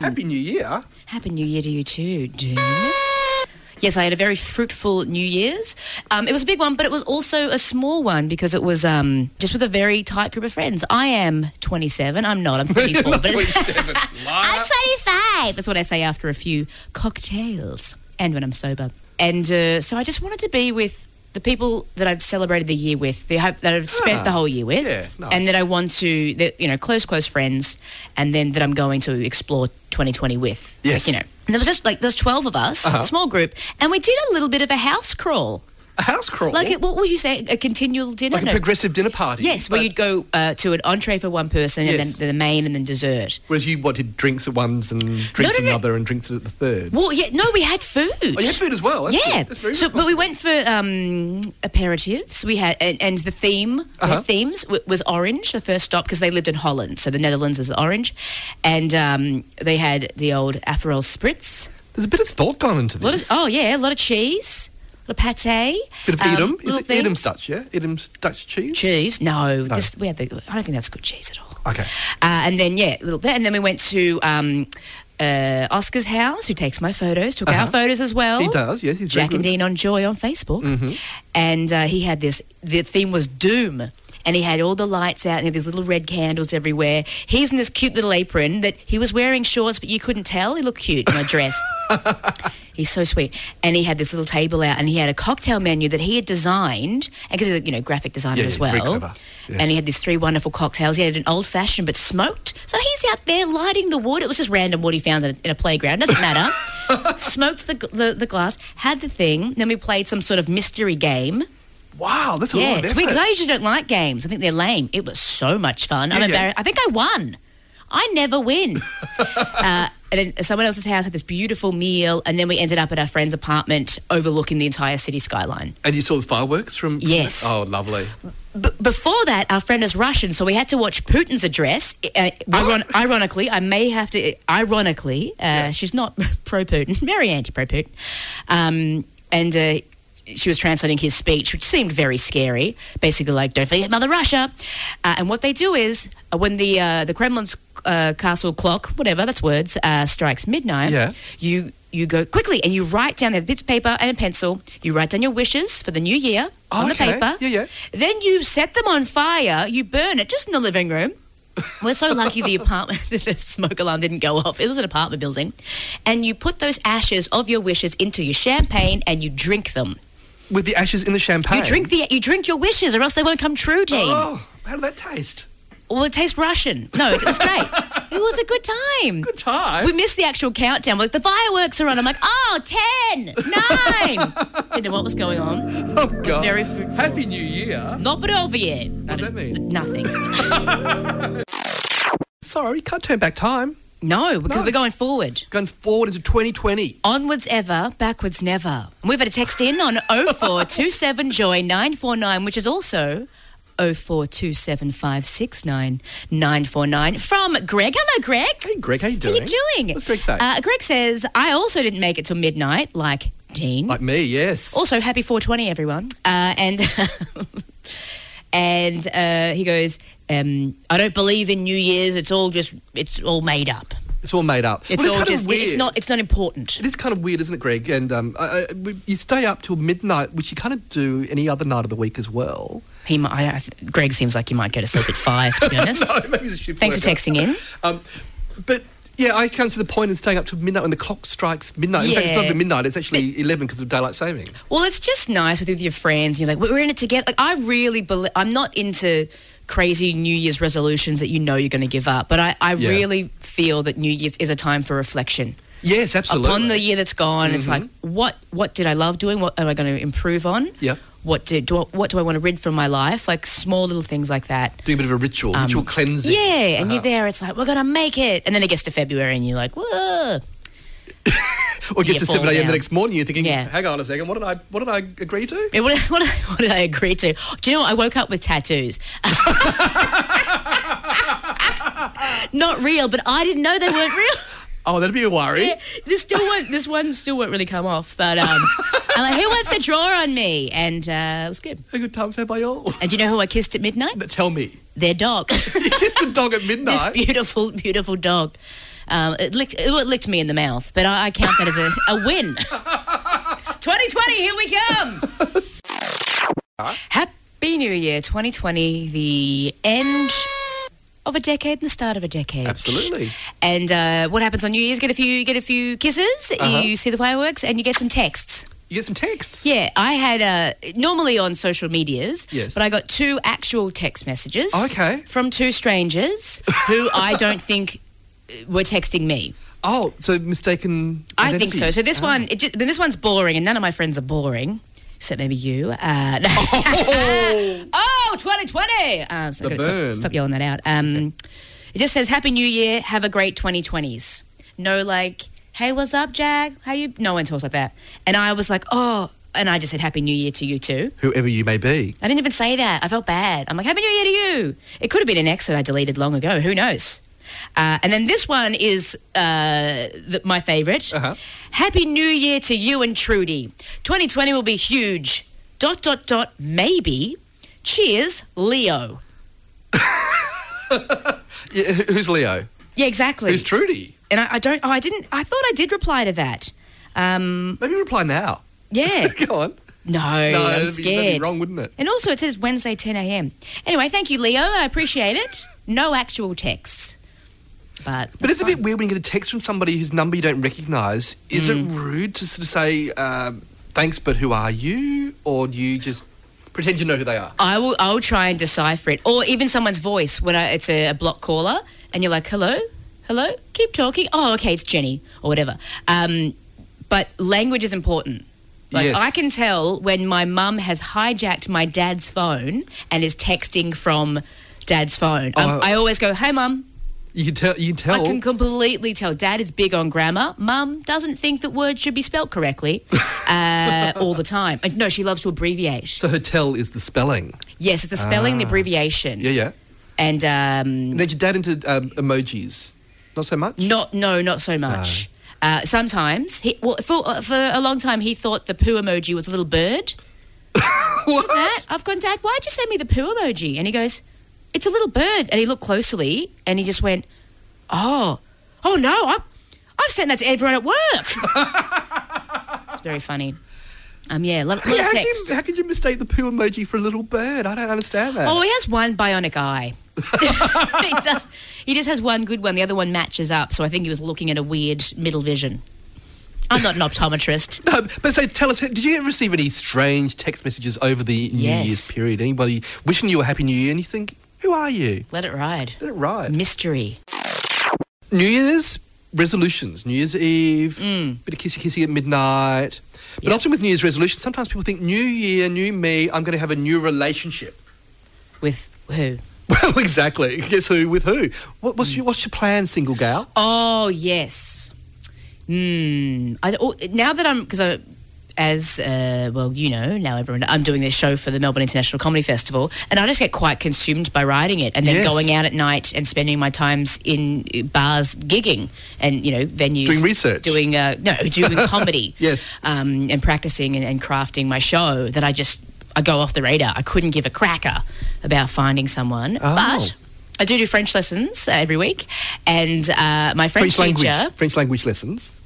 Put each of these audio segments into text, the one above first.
Happy New Year. Happy New Year to you too, June. Yes, I had a very fruitful New Year's. Um, it was a big one, but it was also a small one because it was um, just with a very tight group of friends. I am 27. I'm not. I'm 34. but it's, I'm 25. That's what I say after a few cocktails and when I'm sober. And uh, so I just wanted to be with the people that I've celebrated the year with, the, that I've spent Ah, the whole year with, yeah, nice. and that I want to, that, you know, close, close friends, and then that I'm going to explore 2020 with. Like, Yes. Uh-huh. you know. And there was just like there's twelve of us, small group, and we did a little bit of a house crawl. A house crawl. Like, it, what would you say? A continual dinner? Oh. Like a No. progressive dinner party. Yes, where But- you'd go uh, to an entree for one person, Yes. and then the main, and then dessert. Whereas you wanted drinks at ones and drinks no, at no. another and drinks at the third. Well, yeah, no, we had food. Oh, you had food as well. That's yeah, good. That's very so but we responsible. went for um, aperitifs. We had and, and the theme the Uh-huh. themes w- was orange. The first stop because they lived in Holland, so the Netherlands is orange, and um, they had the old Aperol spritz. There's a bit of thought gone into A lot of- this. oh yeah, a lot of cheese, a lot of pate, Bit of um, Edam. Is little it Edam's things. Dutch, yeah? Edam's Dutch cheese? Cheese? No, Just, we had the, I don't think that's good cheese at all. Okay. Uh, and then yeah, little there, and then we went to um, uh, Oscar's house, who takes my photos, took our photos as well. Uh-huh. He does, yes, he's very Jack and good. Mm-hmm. Dean on Joy on Facebook, and uh, he had this. The theme was doom. And he had all the lights out, and he had these little red candles everywhere. He's in this cute little apron that he was wearing shorts, but you couldn't tell. He looked cute in a dress. He's so sweet. And he had this little table out and he had a cocktail menu that he had designed, because he's a you know, graphic designer Yeah, as he's well. very clever. Yes. And he had these three wonderful cocktails. He had an old fashioned but smoked. So he's out there lighting the wood. It was just random wood he found in a, in a playground. Doesn't matter. smoked the, gl- the, the glass, had the thing. Then we played some sort of mystery game. Wow, that's a yeah, lot of it's effort. weird 'cause I usually don't like games. I think they're lame. It was so much fun. I'm Yeah, yeah. embarrassed. I think I won. I never win. uh, and then someone else's house had this beautiful meal, and then we ended up at our friend's apartment overlooking the entire city skyline. And you saw the fireworks from. Yes. Oh, lovely. B- before that, our friend is Russian, so we had to watch Putin's address. Uh, iron- ironically, I may have to. Ironically, uh, she's not pro Putin, very anti pro Putin, um, and. Uh, she was translating his speech, which seemed very scary. Basically, like "Don't forget Mother Russia," uh, and what they do is uh, when the uh, the Kremlin's uh, castle clock, whatever that's words, uh, strikes midnight. Yeah. you you go quickly and you write down. They have bits of paper and a pencil. You write down your wishes for the new year on Oh, Okay. the paper. Yeah, yeah. Then you set them on fire. You burn it just in the living room. We're so lucky the apartment, the smoke alarm didn't go off. It was an apartment building. And you put those ashes of your wishes into your champagne and you drink them. With the ashes in the champagne. You drink the you drink your wishes or else they won't come true, Dean. Oh, how did that taste? Well, it tastes Russian. No, it was great. it was a good time. Good time. We missed the actual countdown. We're like, the fireworks are on. I'm like, oh, 10, 9. Didn't know what was going on. Oh, God. very fruitful. Happy New Year. Not but over yet. What does that mean? Nothing. Sorry, can't turn back time. No, because No. we're going forward. Going forward into 2020. Onwards ever, backwards never. And we've had a text in on 0427 Joy 949, which is also 0427569949 from Greg. Hello, Greg. Hey, Greg, how you How doing? are you doing? What's Greg say? Uh, Greg says, I also didn't make it till midnight, like Dean. like me, yes. Also, happy 420, everyone. Uh, and and uh, he goes, um, I don't believe in New Year's. It's all just, it's all made up. It's all made up. It's Well, all kind of just, it's weird. not, it's not important. It is kind of weird, isn't it, Greg? And um, I, I, we- you stay up till midnight, which you kind of do any other night of the week as well. He might, I, I th- Greg seems like you might go to sleep at five, to be honest. no, maybe it's a shift Thanks for worker. texting in. Um, but yeah, I come to the point in staying up till midnight when the clock strikes midnight. In fact, it's not Yeah. even midnight; it's actually eleven because of daylight saving. Well, it's just nice with, with your friends. You're like, we're in it together. Like, I really believe, I'm not into crazy New Year's resolutions that you know you're going to give up, but I, I Yeah. really feel that New Year's is a time for reflection. Yes, absolutely. Mm-hmm. Upon the year that's gone, it's like, what, what did I love doing? What am I going to improve on? Yep. what do, do I, what do I want to rid from my life? Like small little things like that. Doing a bit of a ritual, ritual cleansing. Um, Yeah, and Uh-huh. you're there. It's like we're gonna make it, and then it gets to February, and you're like, whoa. Or gets Yeah, to seven falls a.m. down. the next morning, you're thinking, Yeah. "Hang on a second, what did I what did I agree to?" Yeah, What, what, what did I agree to? Do you know what? I woke up with tattoos. Not real, but I didn't know they weren't real. Oh, that'd be a worry. This still won't. This one still won't really come off. But um, I'm like, who wants to draw on me? And uh, it was good. A good time to have by all. And do you know who I kissed at midnight? But tell me, Their dog. kiss the dog at this midnight. beautiful, beautiful dog. Um, it, licked, it licked me in the mouth, but I, I count that as a, a win. 2020, here we come. Happy New Year 2020, the end of a decade and the start of a decade. Absolutely. And uh, what happens on New Year's? Get a few, you get a few kisses. You see the fireworks, and you get some texts. You get some texts. Yeah, I had uh, normally on social medias, Yes. but I got two actual text messages. Okay. From two strangers who I don't think uh, were texting me. Oh, so mistaken. I think identity. so. So this one, it just, this one's boring, and none of my friends are boring. Except maybe you. Uh, no. Oh. Oh, 2020! Um, so The I've gotta burn. stop, stop yelling that out. Um, It just says, Happy New Year, have a great 2020s. No, like, hey, what's up, Jack? How you? No one talks like that. And I was like, oh, and I just said, Happy New Year to you too. Whoever you may be. I didn't even say that. I felt bad. I'm like, Happy New Year to you. It could have been an ex that I deleted long ago. Who knows? Uh, and then this one is uh, th- my favorite. Uh-huh. Happy New Year to you and Trudy. 2020 will be huge. Dot, dot, dot, maybe. Cheers, Leo. Yeah, who- who's Leo? Yeah, exactly. Who's Trudy? and I, I don't, oh, I didn't, I thought I did reply to that. Um, Maybe reply now. yeah. Go on. No, no, I'm that'd be, that'd be scared. wrong, wouldn't it? And also, it says Wednesday, 10 a.m. Anyway, thank you, Leo. I appreciate it. No actual texts. But, But that's it's a fine. bit weird when you get a text from somebody whose number you don't recognise. Is Mm. it rude to sort of say, um, thanks, but who are you? Or do you just pretend you know who they are? I will, I will try and decipher it. Or even someone's voice when I, it's a, a block caller and you're like, hello, hello, keep talking. Oh, okay, it's Jenny or whatever. Um, but language is important. Like, Yes. I can tell when my mum has hijacked my dad's phone and is texting from dad's phone. Um, Oh. I always go, hey, mum. You can tell. You can I tell. can completely tell. Dad is big on grammar. Mum doesn't think that words should be spelt correctly uh, all the time. Uh, No, she loves to abbreviate. so her tell is the spelling. yes, it's the spelling, the abbreviation, Yeah, yeah. and And um, then your dad into um, emojis. Not so much? not no, not so much. Uh, sometimes, he, well, for uh, for a long time, he thought the poo emoji was a little bird. What? Dad, I've gone, Dad, why'd you send me the poo emoji? And he goes, It's a little bird. And he looked closely and he just went, Oh, oh no, I've, I've sent that to everyone at work. it's very funny. Um, yeah, love, How, little could text. you, how could you mistake the poo emoji for a little bird? I don't understand that. Oh, he has one bionic eye. he, just, he just has one good one. The other one matches up. So I think he was looking at a weird middle vision. I'm not an optometrist. Um, but so tell us, did you ever receive any strange text messages over the Yes. New Year's period? Anybody wishing you a Happy New Year and you think, who are you? Let it ride. Let it ride. Mystery. New Year's resolutions, New Year's Eve, Mm. bit of kissy kissy at midnight. But often with New Year's resolutions, sometimes people think, New Year, new me, I'm going to have a new relationship. With who? Well, exactly. Guess who with who? What, Mm. what's, your, what's your plan, single gal? Oh yes. Hmm. I, oh, now that I'm because I. As uh, well, you know, now everyone, I'm doing this show for the Melbourne International Comedy Festival, and I just get quite consumed by writing it and then Yes. going out at night and spending my times in uh, bars gigging and, you know, venues. Doing research. Doing, uh, no, doing comedy. Yes. Um, and practicing and, and crafting my show that I just, I go off the radar. I couldn't give a cracker about finding someone. Oh. But I do do French lessons uh, every week, and uh, my French, language. teacher, French language lessons.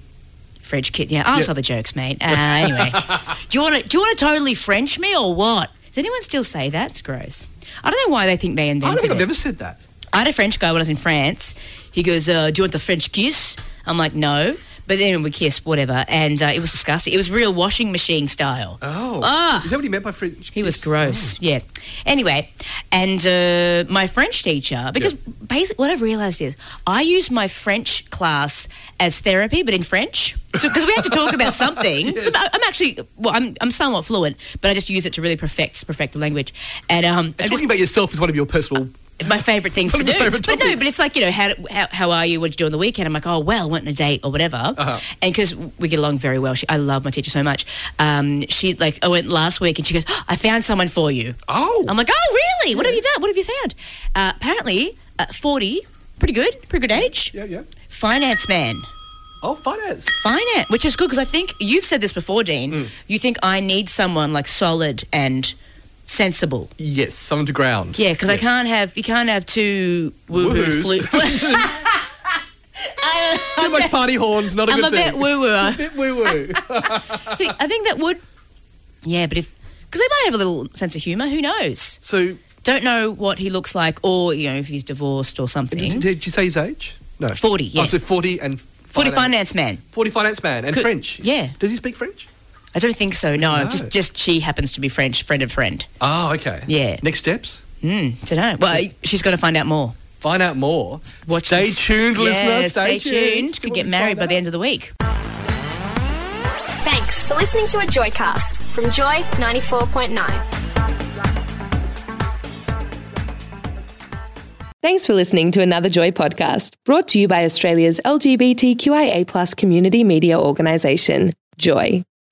French kid, yeah, ask other jokes, mate. Uh, anyway, do you want to do you want to totally French me or what? Does anyone still say that? It's gross. I don't know why they think they I don't invented think I've it. ever said that. I had a French guy when I was in France. He goes, uh, "Do you want the French kiss?" I'm like, "No." But then we kissed, whatever, and uh, it was disgusting. It was real washing machine style. Oh. Ah. Is that what he meant by French? He was kiss? gross. Yeah. Anyway, and uh, my French teacher, because basically what I've realized is I use my French class as therapy, but in French. Because we had to talk about something. So I- I'm actually, well, I'm, I'm somewhat fluent, but I just use it to really perfect perfect the language. And um, I Talking just, about yourself is one of your personal. my favorite things One of to do. your favourite but no, topics. but it's like you know, how, how how are you? What did you do on the weekend? I'm like, oh well, went on a date or whatever. Uh-huh. And because we get along very well, she, I love my teacher so much. Um, she like I went last week, and she goes, I found someone for you. Oh. I'm like, oh really? What have you done? What have you found? Uh, apparently, uh, 40, pretty good, pretty good age. yeah, yeah. Finance man. Oh, finance. Finance, which is good because I think you've said this before, Dean. Hmm. You think I need someone like solid and sensible. Yes, someone to ground. Yeah, because I Yes. can't have you can't have two woo woo Woohoos. flu. flu- I, Too much party horns, not a am good a thing. bit woo woo. bit woo woo. I think that would. Yeah, but if because they might have a little sense of humor. Who knows? so, Don't know what he looks like, or you know if he's divorced or something. did you say his age? No. 40, yeah. Oh, so 40 and. Forty finance man. 40 finance man and French. yeah. Does he speak French? I don't think so. No, No. just just she happens to be French, friend of friend. Oh, okay. Yeah. Next steps? Mm, don't know. Well, she's got to find out more. Find out more. Watch stay this. tuned, Yeah, listeners. Stay, tuned. See Could what get we married find by the out. end of the week. Thanks for listening to a Joycast from Joy 94.9. Thanks for listening to another Joy podcast brought to you by Australia's LGBTQIA community media organisation, Joy.